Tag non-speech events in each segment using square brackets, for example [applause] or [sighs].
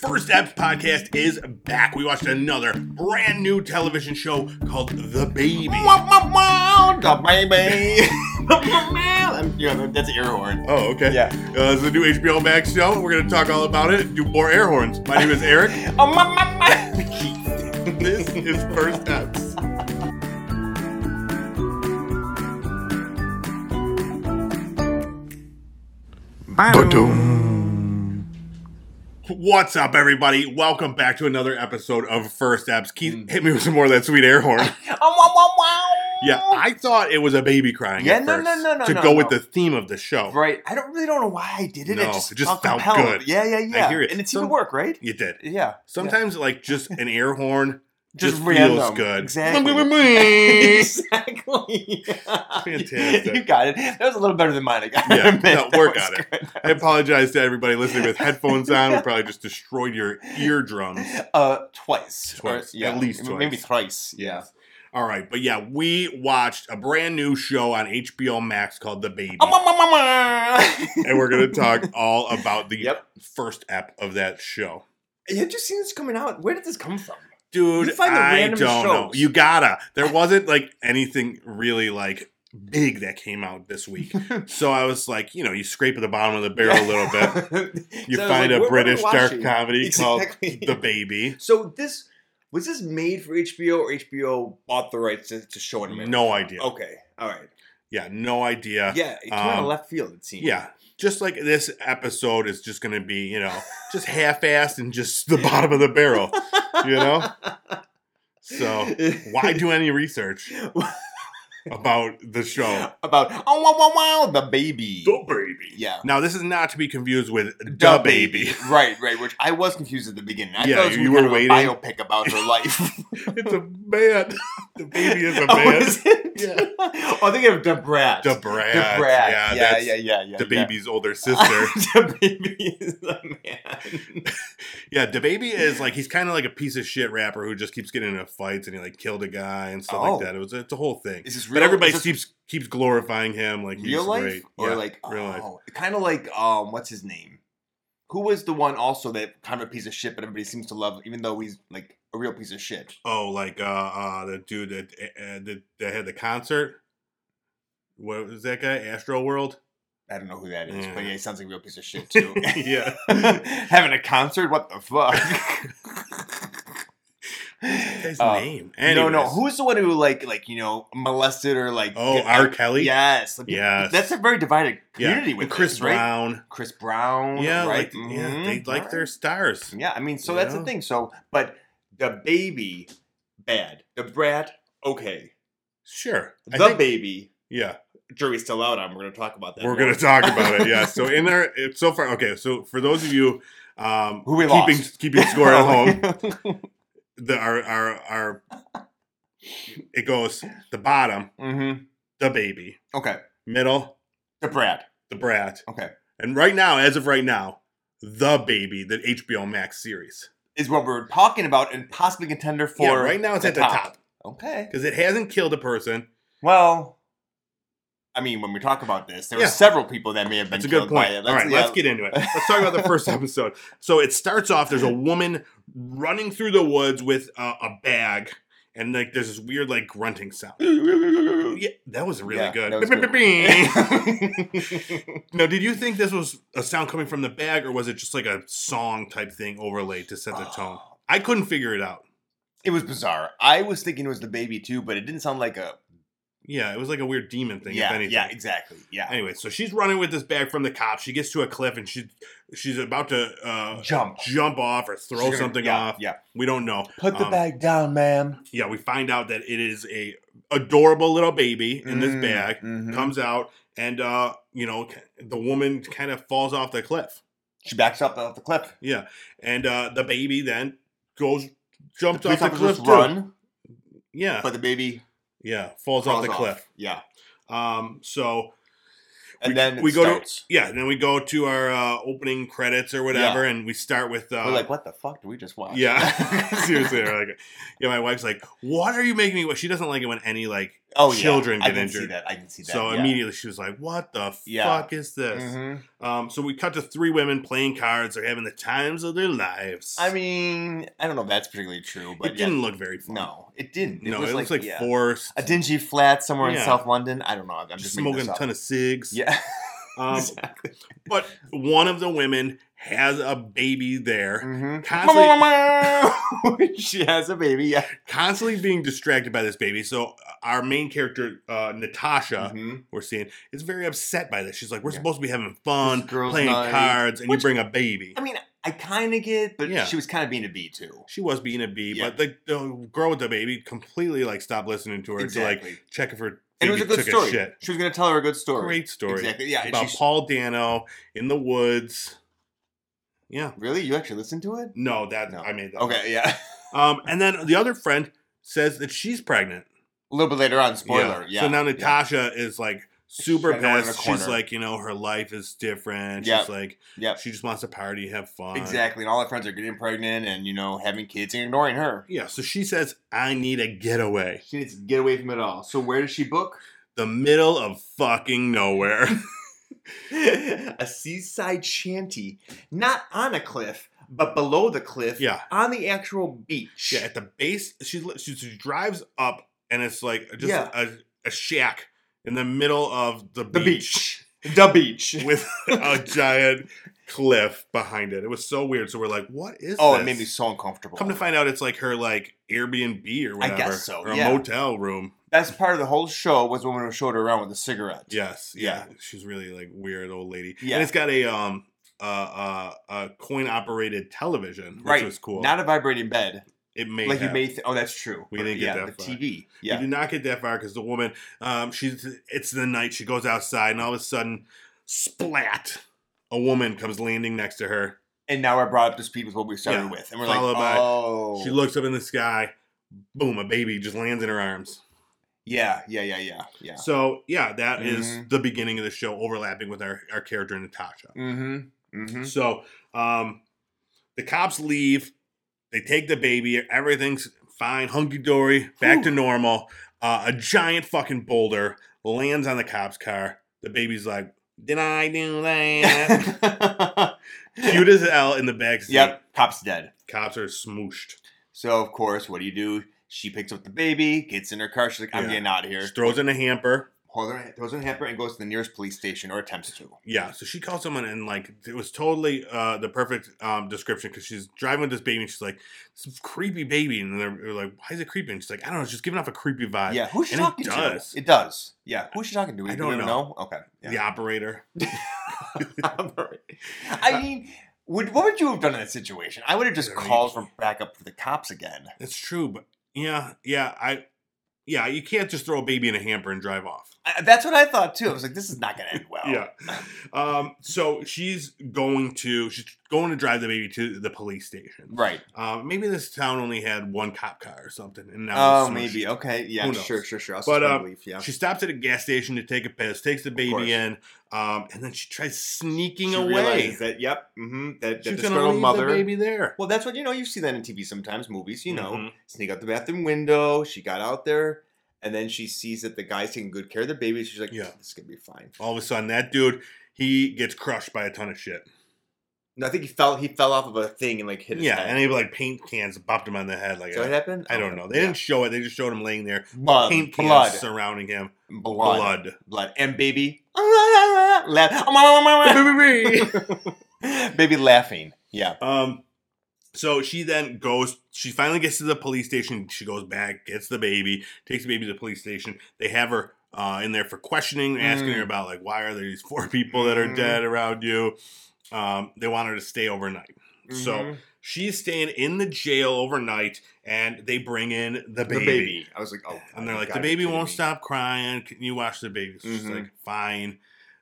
First Steps podcast is back. We watched another brand new television show called The Baby. The baby. I'm- yeah, that's an air horn. Oh, okay. Yeah. Uh, this is a new HBO Max show. We're going to talk all about it, do more air horns. My name is [laughs] Eric. [laughs] Oh, my, my, my. this is First Steps. What's up, everybody? Welcome back to another episode of First Steps. Keith, Mm. hit me with some more of that sweet air [laughs] horn. Oh, wow, wow, wow. Yeah, I thought it was a baby crying. Yeah, at no, no, first, no, no, To no, go no. with the theme of the show, Right. I don't really don't know why I did it. No, it just, it just felt felt compelled. good. Yeah, yeah, yeah. hear it. And it seemed Some- to work, right? you did. Yeah. Sometimes, like just an air horn, Just just, feels random. good. [laughs] yeah. Exactly. exactly. Fantastic. [laughs] You got it. That was a little better than mine. I got Yeah, to admit. no, That work was on it. good. I apologize to everybody listening with headphones on. We probably just destroyed your eardrums. Uh, twice. Or- Twice. At least m- Maybe twice. thrice. Yeah. All right, but yeah, we watched a brand new show on HBO Max called The Baby, Oh, my, [laughs] my, my. and we're going to talk all about the Yep. first ep of that show. Had you seen this coming out? Where did this come from? Dude, You find the I randomest don't know. shows. You gotta. There wasn't like anything really like big that came out this [laughs] week, so I was like, you know, you scrape at the bottom of the barrel a little [laughs] bit. bit. You find a British dark comedy [laughs] Exactly. called The Baby. So this was this made for HBO or HBO bought the rights to, to show it? in America? No idea. Okay. All right. Yeah, no idea. Yeah, it came out Um, of left field. It seemed. Yeah. Just like this episode is just going to be, you know, just half assed and just the bottom of the barrel, you know? [laughs] So, why do any research about the show? about oh wow wow wow the baby? baby. yeah. Now, this is not to be confused with The the baby. right, right. Which I was confused at the beginning. I Yeah, thought it was you some kind were of a biopic [laughs] about her life. It's a man. The baby is a [laughs] oh, man. is it? Yeah. [laughs] oh, I think of the brat. The The brat. brat. Yeah, Yeah, yeah, that's yeah, yeah, yeah. the baby's older [laughs] sister. the baby is the man. yeah, the baby is like he's kind of like a piece of shit rapper who just keeps getting into fights and he like killed a guy and stuff Oh. like that. It was it's a whole thing. Is this real? But everybody is this keeps keeps glorifying him like he's real life great. or Yeah, like real oh, life. kind of like um, what's his name? Who was the one also that kind of a piece of shit, but everybody seems to love, even though he's like a real piece of shit. oh like uh uh the dude that uh, that, that had the concert. What was that guy? Astro World. I don't know who that is, Yeah. but yeah, he sounds like a real piece of shit too. [laughs] [laughs] yeah, Having a concert, what the fuck? his [laughs] Uh, name. No, no. Anyways. Who's the one who like, like you know, molested or like? Oh, get- R. Kelly. Yes. Like, Yes. That's a very divided Yeah. community And with Chris this, right? Brown. Chris Brown. Yeah, right? like yeah, they Mhm. like All their right. stars. Yeah, I mean, so You that's know? the thing. So, but the baby, bad. The brat, okay. Sure. I The think- baby, yeah. jury's still out on. We're going to talk about that. We're more. going to talk about it. Yeah. So in there, it's so far. Okay. So for those of you um, Who we keeping lost. keeping score [laughs] at home, the our our our it goes the bottom, mm-hmm. the baby, Okay, middle, the brat. the brat. Okay. And right now, as of right now, the baby, the HBO Max series. Is what we're talking about and possibly contender for. yeah. Right now, it's the at the top. top Okay. because it hasn't killed a person. Well, I mean, when we talk about this, there Yeah. are several people that may have been That's a killed good point. by it. All right, yeah. let's get [laughs] into it. Let's talk about the first episode. So it starts off. There's a woman running through the woods with a, a bag, and like there's this weird like grunting sound. Yeah, that was really Yeah, good. that was good. [laughs] now, did you think this was a sound coming from the bag, or was it just like a song type thing overlaid to [sighs] set the tone? I couldn't figure it out. It was bizarre. I was thinking it was the baby too, but it didn't sound like a Yeah, it was like a weird demon thing. yeah, if anything. yeah, exactly, yeah. Anyway, so she's running with this bag from the cops. She gets to a cliff, and she she's about to uh, Jump, jump off or throw She's gonna- something yeah, off. Yeah, We don't know. put the Um, bag down, ma'am. Yeah, we find out that it is a adorable little baby in this Mm, bag. mhm. Comes out and uh, you know, k- the woman kind of falls off the cliff. She backs up off the cliff. Yeah. And uh the baby then goes jumps off police the officers cliff too. run, Yeah. but the baby yeah, falls off falls the cliff. Yeah, Um so and then we go to- to Yeah, then we go to our uh, opening credits or whatever, and we start with. Uh, We're like, what the fuck did we just watch? [laughs] yeah, [laughs] seriously, we're like, yeah. My wife's like, "What are you making me?" wa-" She doesn't like it when any like oh yeah, children I get can see injured. that. I can see that. So yeah. immediately she was like, "What the Yeah. fuck is this?" Mhm. Um, so we cut to three women playing cards. They're having the times of their lives. I mean, I don't know if that's particularly true, but it yeah. didn't look very fun. No, it didn't. It no, was it like, looks like yeah. forced. a dingy flat somewhere in Yeah. South London. I don't know. I'm just, just making this smoking a up. ton of cigs. Yeah, [laughs] [laughs] Um, exactly. but one of the women has a baby there, Mm-hmm. [laughs] she has a baby. Yeah. constantly being distracted by this baby. So uh, our main character, uh, Natasha, Mhm. we're seeing, is very upset by this. She's like, "We're Yeah. supposed to be having fun, This girl's playing nice." cards, and Which- you bring a baby." I mean, I kind of get, but Yeah. she was kind of being a bee too. She was being a bee, Yeah. but the, the girl with the baby completely like stopped listening to her to like check if her and baby it was a good took story. a shit. She was going to tell her a good story. Great story. Exactly. Yeah. and about she- Paul Dano in the woods. Yeah. really, you actually listened to it? No, that No. I made that. Okay. Yeah. [laughs] Um, and then the other friend says that she's pregnant. a little bit later on. Spoiler. Yeah. So now Natasha is like super She's like around pissed. the corner. She's like, you know, her life is different. Yep. She's like, Yep. she just wants to party, have fun. Exactly. And all her friends are getting pregnant, and you know, having kids, and ignoring her. Yeah. So she says, I need a getaway. She needs to get away from it all. So where does she book? The middle of fucking [laughs] nowhere. a seaside shanty, not on a cliff, but below the cliff, yeah. on the actual beach. Yeah. At the base, she li- she, she drives up, and it's like just Yeah. a, a shack in the middle of the the beach. [laughs] The beach. [laughs] with a giant cliff behind it. It was so weird. So we're like, what is oh, this? it made me so uncomfortable. Come to find out it's like her like Airbnb or I whatever. guess so, Or a yeah. motel room. Best part of the whole show was when we showed her around with a cigarette. Yes. Yeah. She's really like weird old lady. Yeah. And it's got a um uh uh a coin operated television, which Right. was cool. Not a vibrating bed. it made like that. you may th- oh that's true. We didn't get yeah, that the far. TV. You Yeah. did not get that far because the woman, um, she's it's the night she goes outside and all of a sudden, splat, a woman comes landing next to her. And now we're brought up to speed with what we started Yeah. with. And we're Followed like, by- oh She looks up in the sky, boom, a baby just lands in her arms. Yeah, yeah, yeah, yeah, yeah. So yeah, that is Mhm. the beginning of the show, overlapping with our, our character Natasha. Mm-hmm. Mm-hmm. So um the cops leave, they take the baby, everything's fine, hunky dory, back to normal. Uh, a giant fucking boulder lands on the cop's car. The baby's like, Did I do [laughs] that? Cute as hell in the back seat. yep, cop's dead. Cops are smooshed. So of course, what do you do? She picks up the baby, gets in her car. She's like, "I'm Yeah. getting out of here." Just throws in a hamper. Hold her, throws her in a hamper, and goes to the nearest police station or attempts to. Yeah, so she called someone and like it was totally uh the perfect um description because she's driving with this baby and she's like this creepy baby and they're, they're like why is it creepy and she's like I don't know it's just giving off a creepy vibe. yeah, who's she and it talking does. to? It does. Yeah, who's she talking to? I Do don't we even know. Okay. [laughs] The operator. I mean, would, what would you have done in that situation? I would have just Uh, I mean, called for backup for the cops again. It's true, but yeah, yeah, I yeah you can't just throw a baby in a hamper and drive off. I, that's what I thought too. I was like, "This is not going to end well." Yeah. [laughs] Um. So she's going to she's going to drive the baby to the police station. Right. Um. Maybe this town only had one cop car or something, and now Oh, it's smooshed. maybe. Okay. Yeah. Who knows? Sure. Sure. Sure. I'll But, suspend um, belief. Yeah. She stops at a gas station to take a piss, takes the course. baby in, um, and then she tries sneaking She away. realizes that. Yep. Mm-hmm. That, that She's gonna disgruntled leave mother. the baby there. Well, that's what you know. You see that in TV sometimes, movies. You know, Mhm. sneak out the bathroom window. She got out there, and then she sees that the guy's taking good care of the baby. She's like, Yeah. "Yeah, this is gonna be fine." All of a sudden, that dude he gets crushed by a ton of shit. No, I think he fell. He fell off of a thing and like hit his yeah, head. and he like paint cans bopped him on the head. Like so it I happened. I don't know. They Yeah. didn't show it. They just showed him laying there, Blood, paint cans blood, surrounding him, blood, blood, blood. and baby, [laughs] laugh, baby laughing. Yeah. [laughs] um. So she then goes. She finally gets to the police station. She goes back, gets the baby, takes the baby to the police station. They have her uh, in there for questioning, asking Mm. her about like why are there these four people that are Mhm. dead around you. Um, they want her to stay overnight. So Mhm. She's staying in the jail overnight, and they bring in the the baby. baby. I was like, oh, And God, they're you like, the gotta be baby kidding won't me." stop crying. Can you watch the baby? So She's Mhm. like, fine.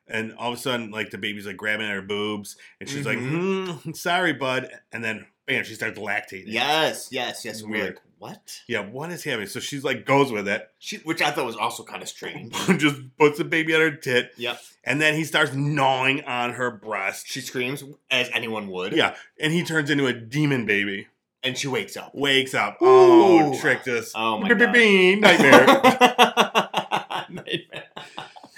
And all of a sudden, like the baby's like grabbing at her boobs, and she's Mhm. [laughs] like, mm, "Sorry, bud." And then bam, she starts lactating. Yes, yes, yes. We're Weird. like, what? Yeah, what is happening? So she's like goes with it, [laughs] She, which I thought was also kind of strange. just puts the baby on her tit, yep. and then he starts gnawing on her breast. She screams as anyone would. Yeah, and he turns into a demon baby. And she wakes up. Wakes up. Oh, Ooh. tricked us. Oh my god. Beep, [laughs] Nightmare.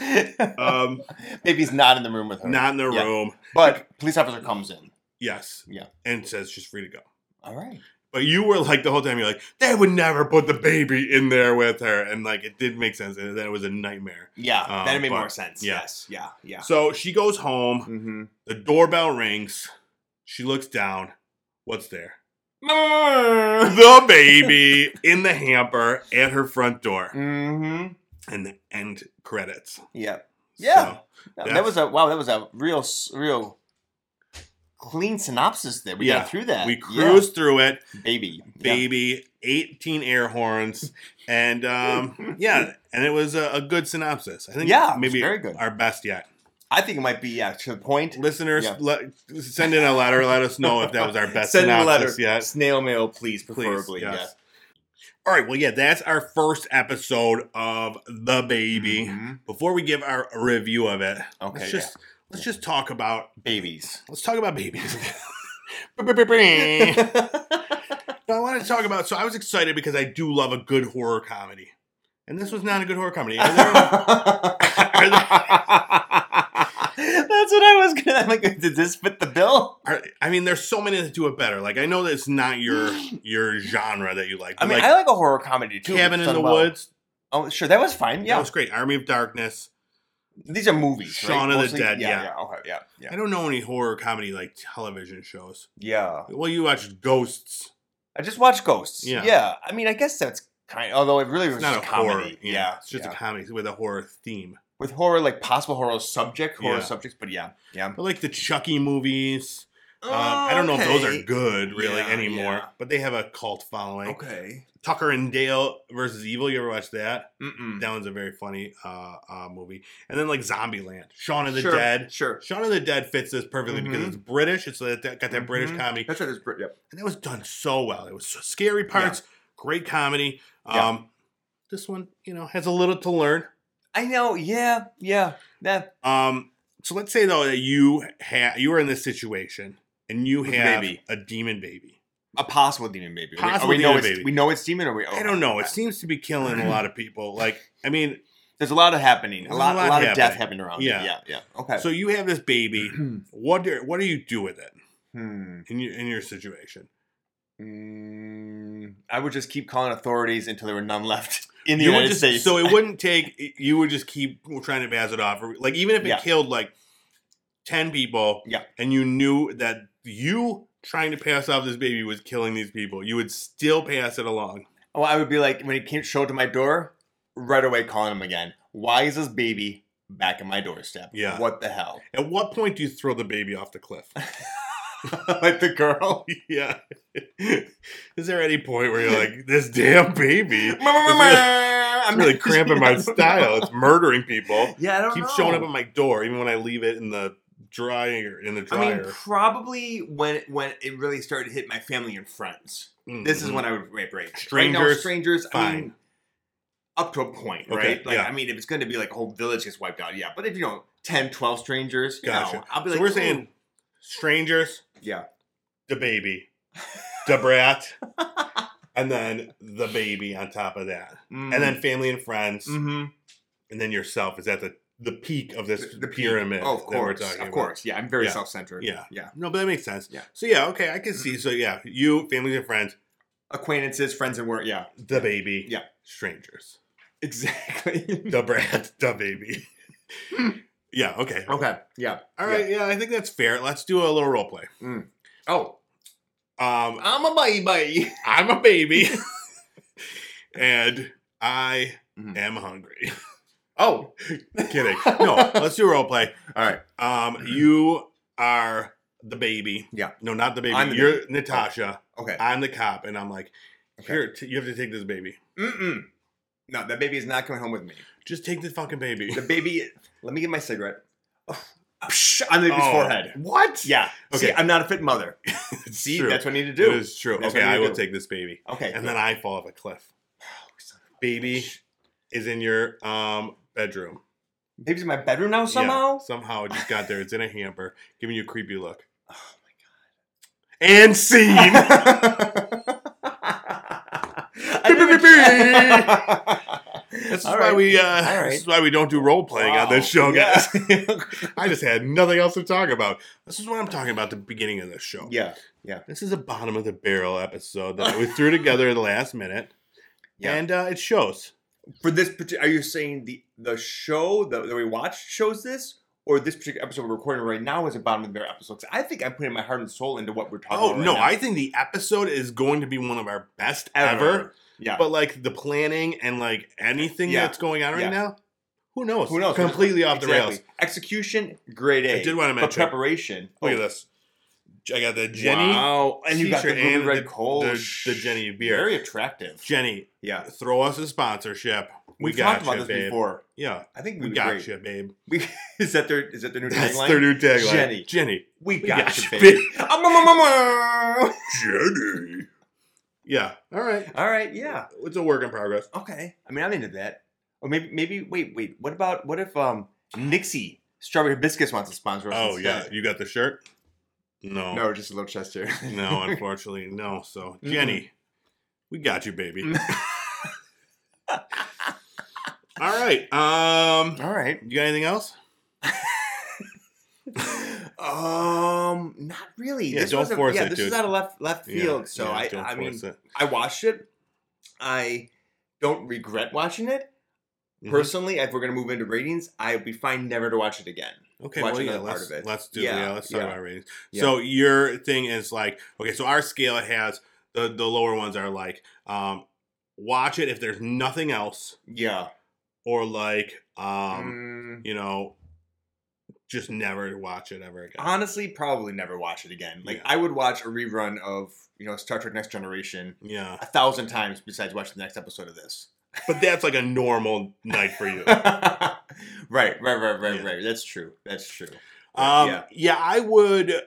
Nightmare. um, [laughs] Maybe he's not in the room with her. not in the Yeah. room. But police officer comes in. Yes. Yeah. And says she's free to go. All right. But you were like the whole time you're like they would never put the baby in there with her, and like it did make sense, and then it was a nightmare. Yeah, Um, that made but- more sense. yeah. Yes. Uh, Yeah. Yeah. So she goes home. [laughs] Mm-hmm. The doorbell rings. She looks down. What's there? [laughs] The baby [laughs] in the hamper at her front door. mm-hmm. And the end credits. Yeah. Yeah. So, That- that That's- was a wow. That was a real, s- real clean synopsis. There, we Yeah, got through that. we Yeah. cruised through it. baby, Baby, 18 air horns. And um, Um, yeah, and it was a, a good synopsis. I think Yeah, it was maybe very good. our best yet. I think it might be yeah to the point. Listeners, Yeah. let, send in a letter. Let us know if that [laughs] was our best Send them a letter. synopsis yet. Snail mail, please, Please, preferably. yes. yes. All right, well, yeah, that's our first episode of The Baby. Mhm. Before we give our review of it, Okay. let's yeah. just let's just talk about [laughs] Babies. let's talk about babies. I want to talk about so I was excited because I do love a good horror comedy, and this was not a good horror comedy. Are [laughs] there- That's what I was gonna. I'm like, did this fit the bill? are- I mean, there's so many that do it better. Like I know that it's not [laughs] your your genre that you like. I but, mean, like I like a horror comedy too. Cabin It's in done the well. Woods. Oh, sure, that was fine. Yeah, that Yeah, was great. Army of Darkness. these are movies. Shaun of right? the Mostly- Dead, yeah. yeah, yeah, okay, yeah, yeah. I don't know any horror comedy like television shows. Yeah. Well, you watched Ghosts. I just watched Ghosts. Yeah. Yeah. I mean, I guess that's kind although it really It's was not a just comedy. horror. yeah. it's just yeah. a comedy with a horror theme. With horror, like possible horror subject, horror Yeah. subjects, but yeah. Yeah. But like the Chucky movies. Um, I don't know if those are good really Oh, Yeah, anymore, yeah. but they have a cult following. Okay. Tucker and Dale versus Evil. You ever watch that? Mm-mm. That one's a very funny uh, uh, movie. And then like Zombieland, Shaun of the sure. Dead. Sure. Shaun of the Dead fits this perfectly because Mhm. it's British. It's uh, got that British Mhm. comedy, That's right. It's Brit. Yep. and that was done so well. It was so scary parts, great comedy. Um, Yeah. This one, you know, has a little to learn. I know. Yeah. Yeah. That Um, so let's say though that you have you are in this situation and you With a have baby. a demon baby. a possible demon baby. Are we- Possible are we know demon it's, baby. We know it's demon, or we. oh, I don't know. It seems to be killing a lot of people. Like, I [laughs] mean, There's a lot of happening. A There's lot. A lot, of death happening. happening around. Yeah. Yeah. Yeah. Okay. so you have this baby. What do what do you do with it hmm. in your in your situation? Mm, I would just keep calling authorities until there were none left in the You would United just- States. So [laughs] it wouldn't take. You would just keep trying to pass it off. Or, Like even if it Yeah. killed like ten people, Yeah. and you knew that you trying to pass off this baby was killing these people, you would still pass it along. Well, I would be like, when he came showed to my door, right away calling him again. Why is this baby back at my doorstep? Yeah. What the hell? At what point do you throw the baby off the [laughs] cliff? [laughs] like the girl. yeah. Is there any point where you're like, this damn [laughs] baby? I'm [laughs] I'm really cramping [laughs] my style. It's murdering people. Yeah, I don't Keeps know. showing up at my door, even when I leave it in the dryer. In the I mean, dryer. probably when when it really started to hit my family and friends. Mm, This is when I would rape rape. right now, Mm-hmm. Strangers, strangers, I mean, fine. up to a point, Okay, right? Like, yeah. I mean, if it's going to be like a whole village gets wiped out, yeah. But if you know, 10, 12 strangers, you Gotcha. know, I'll be So like, we're "Ooh." saying strangers, yeah. the baby, the brat, [laughs] and then the baby on top of that, and mm, Mm-hmm. then family and friends, Mhm. and then yourself is at the the peak of this The- the peak. pyramid. Oh, that of we're course, talking of about. course. Yeah, I'm very Yeah. self-centered. Yeah. yeah. No, but that makes sense. Yeah. Mm-hmm. So yeah, okay, I can see. So yeah, you, family and friends, Acquaintances, friends, and work. Yeah, [laughs] the baby, Yeah. strangers, exactly. the brat, [laughs] the [laughs] baby. yeah. Okay. okay. Yeah. All right. Yeah. I think that's fair. Let's do a little role play. Oh, Um, I'm a baby. [laughs] I'm a baby, and I Mhm. am hungry. [laughs] Oh, Kidding. No. Let's do a role play. all right. Um, you are the baby. Yeah. No, not the baby. I'm the You're Natasha. Okay. I'm the cop, and I'm like, Okay. here, t- you have to take this baby. Mm-mm. No, that baby is not coming home with me. [laughs] Just take the fucking baby. The baby. Let me get my cigarette. Oh, psh, on the baby's Oh. forehead. What? Yeah. See, Okay. I'm not a fit mother. [laughs] It's [laughs] See, true. that's what I need to It do. is true. That's okay, what you I will do. take this baby. Okay. And then I fall off a cliff. Baby is in your um bedroom. Baby's in my bedroom now somehow. [laughs] Yeah, somehow it just got there. It's in a hamper, giving you a creepy look. Oh And scene. [laughs] I [laughs] never- This is All why right. we uh, All right. this is why we don't do role playing on this show, Wow. guys. Yeah. [laughs] I just had nothing else to talk about. This is what I'm talking about at the beginning of this show. [laughs] yeah. This is a bottom of the barrel episode that we threw together at the last minute. [laughs] Yeah. And uh, it shows. For this particular, are you saying the the show that, that we watched shows this, or this particular episode we're recording right now is a bottom of the barrel episode? 'Cause I think I'm putting my heart and soul into what we're talking. Oh about right no, now. I think the episode is going to be one of our best ever. Yeah. But like the planning and like anything Uh, Yeah. that's going on right Yeah. now, who knows? Who knows? Completely off the Exactly. rails. Execution, grade A. I did wanna But mention- preparation. Look at oh, this. I got the Jenny, Wow. And you got the T-shirt ruby and red the- coal. the, the Jenny beer. Very attractive. Jenny, Yeah. throw us a sponsorship. We We've got talked about you, this babe. before. Yeah, I think we got you, babe. We, is that their is that their new That's tagline? their new tagline. Jenny. Jenny. we We got, got you, you, babe. [laughs] Ah, mwah, mwah, mwah, mwah. Jenny. Yeah. All right. All right, yeah, It's a work in progress. okay. I mean, I'm into that. Or maybe, maybe wait, wait. What about what if um Nixie Strawberry Hibiscus wants to sponsor us? Oh yeah. instead? You got the shirt? No. No, just a little chest here. No, [laughs] unfortunately, no. So Mm-mm. Jenny, we got you, [laughs] baby. All right. Um [laughs] All right. you got anything else? um, not really. Yeah, don't wasn't- force yeah, it, This dude. is out of left left field. Yeah, so yeah, I, don't I mean, force it. I watched it. I don't regret watching it. Mhm. Personally, if we're gonna move into ratings, I'd be fine never to watch it again. Okay, watch well, yeah, another part let's, of it. let's do Yeah, yeah, let's talk yeah. about ratings. So your thing is like okay, so our scale has the the lower ones are like um watch it if there's nothing else Yeah. or like um Mm, you know just never watch it ever again. honestly, probably never watch it again. Like Yeah. I would watch a rerun of you know Star Trek Next Generation yeah. a thousand times besides watching the next episode of this. [laughs] But that's like a normal night for you. right, right, right, right, Yeah. right. That's true. That's true. Um, Yeah. yeah. I would uh,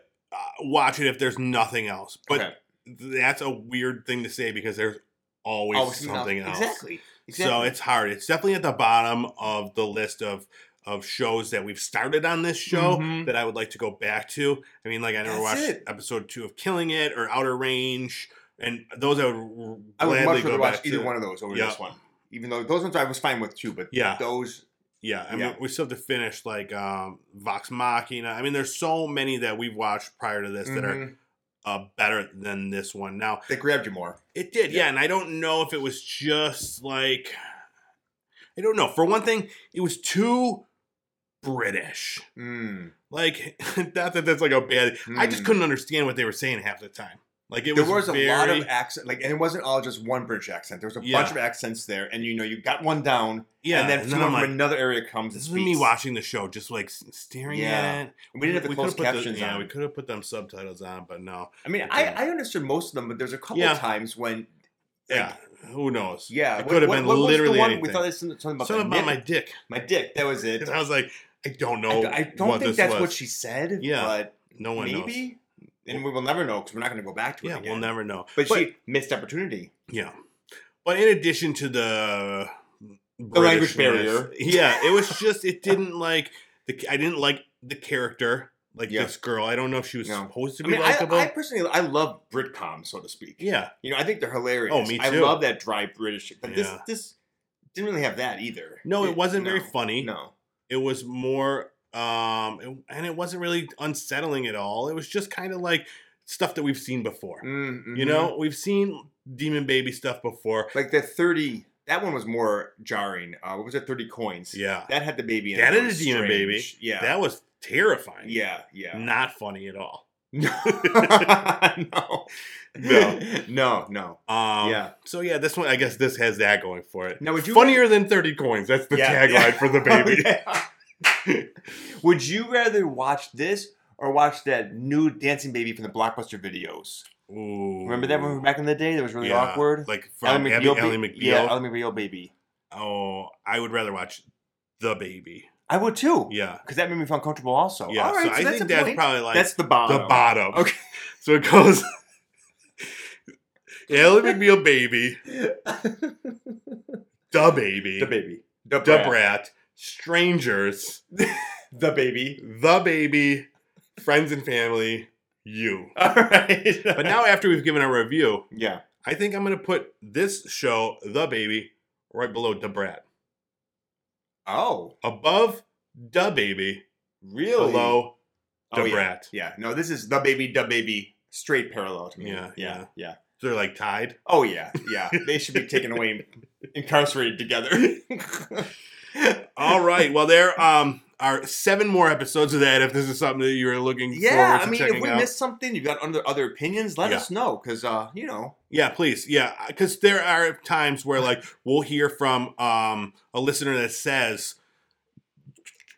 watch it if there's nothing else. But Okay. that's a weird thing to say because there's always Always something else. Oh, Exactly. So it's hard. It's definitely at the bottom of the list of of shows that we've started on this show Mhm. that I would like to go back to. I mean, like I never That's watched it. episode two of Killing It or Outer Range, and those I would r- I would gladly much go rather back watch either to. one of those over Yeah. this one. Even though those ones I was fine with too, but Yeah, those yeah. I mean, Yeah. we still have to finish like um, Vox Machina. I mean, there's so many that we've watched prior to this that are mhm, uh, better than this one. Now they grabbed you more. it did, yeah. and I don't know if it was just like I don't know. For one thing, it was too British. Mm. Like [laughs] not that that's like a bad. I just Mm. couldn't understand what they were saying half the time. Like it There was, was, very, a lot of accent, like, and it wasn't all just one British accent. There was a Yeah. bunch of accents there, and you know, you got one down, yeah. and then someone I'm from like, another area comes. this and is me speaks. watching the show, just like s- staring Yeah. at it. We didn't have the could've closed put captions yeah, on. we could have put them subtitles on, but no. I mean, I, I understood most of them, but there's a couple Yeah. times when, Yeah, who knows? yeah, It what- could've what- been what was the literally one We anything. thought there's something something about, Something the about my nip- dick, my dick. That was it. and [laughs] I was like, I don't I, know. I don't what think this that's was. what she said. Yeah. but No one knows. maybe, and we will never know because we're not going to go back to it. Yeah, again. we'll never know. But, she missed opportunity. Yeah. But in addition to the the language barrier. yeah, it was just it didn't like the I didn't like the character like Yeah. this girl. I don't know if she was No. supposed to I be mean, I, likable. I personally, I love Britcom, so to speak. yeah, You know, I think they're hilarious. Oh, me I too. love that dry British, but this Yeah. this didn't really have that either. no, it wasn't very no. funny. No, It was more um, it- and it wasn't really unsettling at all. It was just kind of like stuff that we've seen before. Mm, You mhm. know, we've seen demon baby stuff before. like the thirty. That one was more jarring. Uh, what was it? Thirty coins. Yeah, That had the baby. in That it. It had was a demon baby. strange. Yeah. that was terrifying. yeah. Yeah. [laughs] not funny at all. [laughs] No. no. [laughs] No. No. Um, Yeah. So yeah, this one I guess this has that going for it. Now, would you Funnier than thirty coins. That's the Yeah, tagline yeah. for [laughs] the baby. Okay. Oh, [laughs] Would you rather watch this or watch that new dancing baby from the blockbuster videos? Ooh. Remember that one back in the day that was really Yeah, awkward? Like from Abby, Ellie McBeal. Yeah, Ellie McBeal baby. oh, I would rather watch the baby. I would too. Yeah. Because that made me feel uncomfortable also. Yeah. All right, so, Oh, so, I that's think a that's point. probably like that's the bottom. the bottom. Okay. [laughs] So it goes [laughs] Ally McNeil [laughs] baby, the baby, the baby. The, the brat. brat, strangers, The baby. [laughs] the baby, friends and family, you. All right. But now after we've given a review, yeah. I think I'm gonna put this show, the baby, right below the brat. Oh, Above the baby, really? below the Oh, yeah. brat. Yeah. No, this is the baby. The baby. Straight parallel to me. Yeah, Yeah. yeah. Yeah. So they're like tied. Oh yeah. Yeah. they should be taken away, and [laughs] incarcerated together. [laughs] All right. Well, there um, are seven more episodes of that. If this is something that you're looking, forward Yeah, to I mean, checking if we out. missed something, you've got other other opinions, let Yeah. us know because uh, you know, yeah, please, yeah, because there are times where like we'll hear from um a listener that says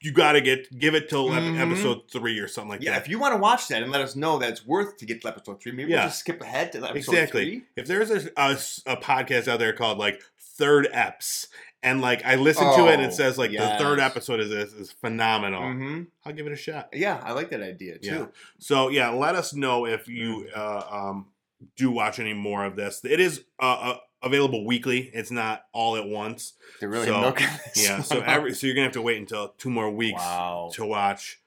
you got to get give it till ep- Mhm. episode three or something like yeah, that. if you want to watch that and let us know that it's worth to get to episode three, maybe Yeah. we'll just skip ahead to episode Exactly. three. If there's a, a s- a podcast out there called like Third Eps, and like I listen to it and Oh, it says like the third yes. episode is is, is phenomenal, hmm I'll give it a shot. Yeah, I like that idea too. Yeah. So yeah, let us know if you uh, Mm-hmm. um, do watch any more of this. It is uh, uh, available weekly. It's not all at [laughs] once. They're really So, milking this Yeah. So one out. every so you're gonna have to wait until two more weeks [laughs] wow. to watch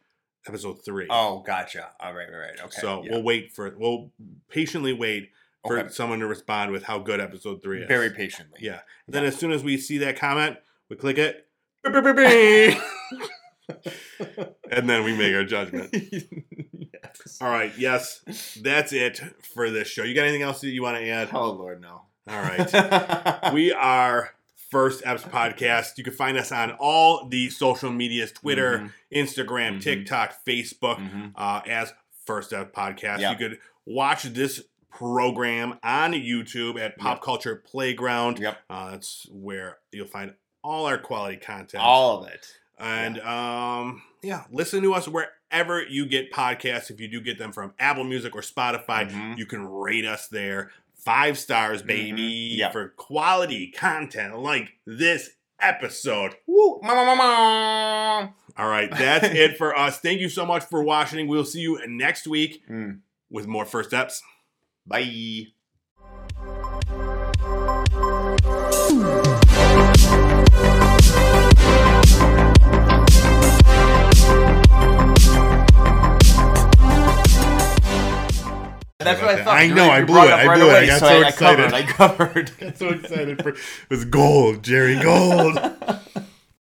episode three. Oh, gotcha. All right, right, right. Okay. so yeah. we'll wait for we'll patiently wait for Okay. someone to respond with how good episode three is. very patiently. [laughs] Yeah. Then as soon as we see that comment, we click it. beep, beep, beep, beep, [laughs] and then we make our judgment. Yes. All right, yes, that's it for this show. You got anything else that you want to add? All Oh Lord, no. [laughs] right, we are First Eps Podcast. You can find us on all the social medias [laughs] Twitter, Mm-hmm. Instagram, Mhm. TikTok, Facebook, Mhm. uh, as First Eps Podcast. Yeah. You could watch this program on YouTube at Pop Culture Playground. Yep. Uh, that's where you'll find all our quality content. All of it. And um, yeah, listen to us wherever you get podcasts. If you do get them from Apple Music or Spotify, Mhm. you can rate us there. Five stars, baby, Mhm. Yeah. for quality content like this episode. Woo! Ma, ma, ma, ma. All right, that's it for us. Thank you so much for watching. We'll see you next week Mm. with more First Steps. Bye. That's what I that. thought. I You know, really- I you blew brought it, up I blew it, I got so [laughs] I covered. I covered. so excited for it was gold, Jerry, gold.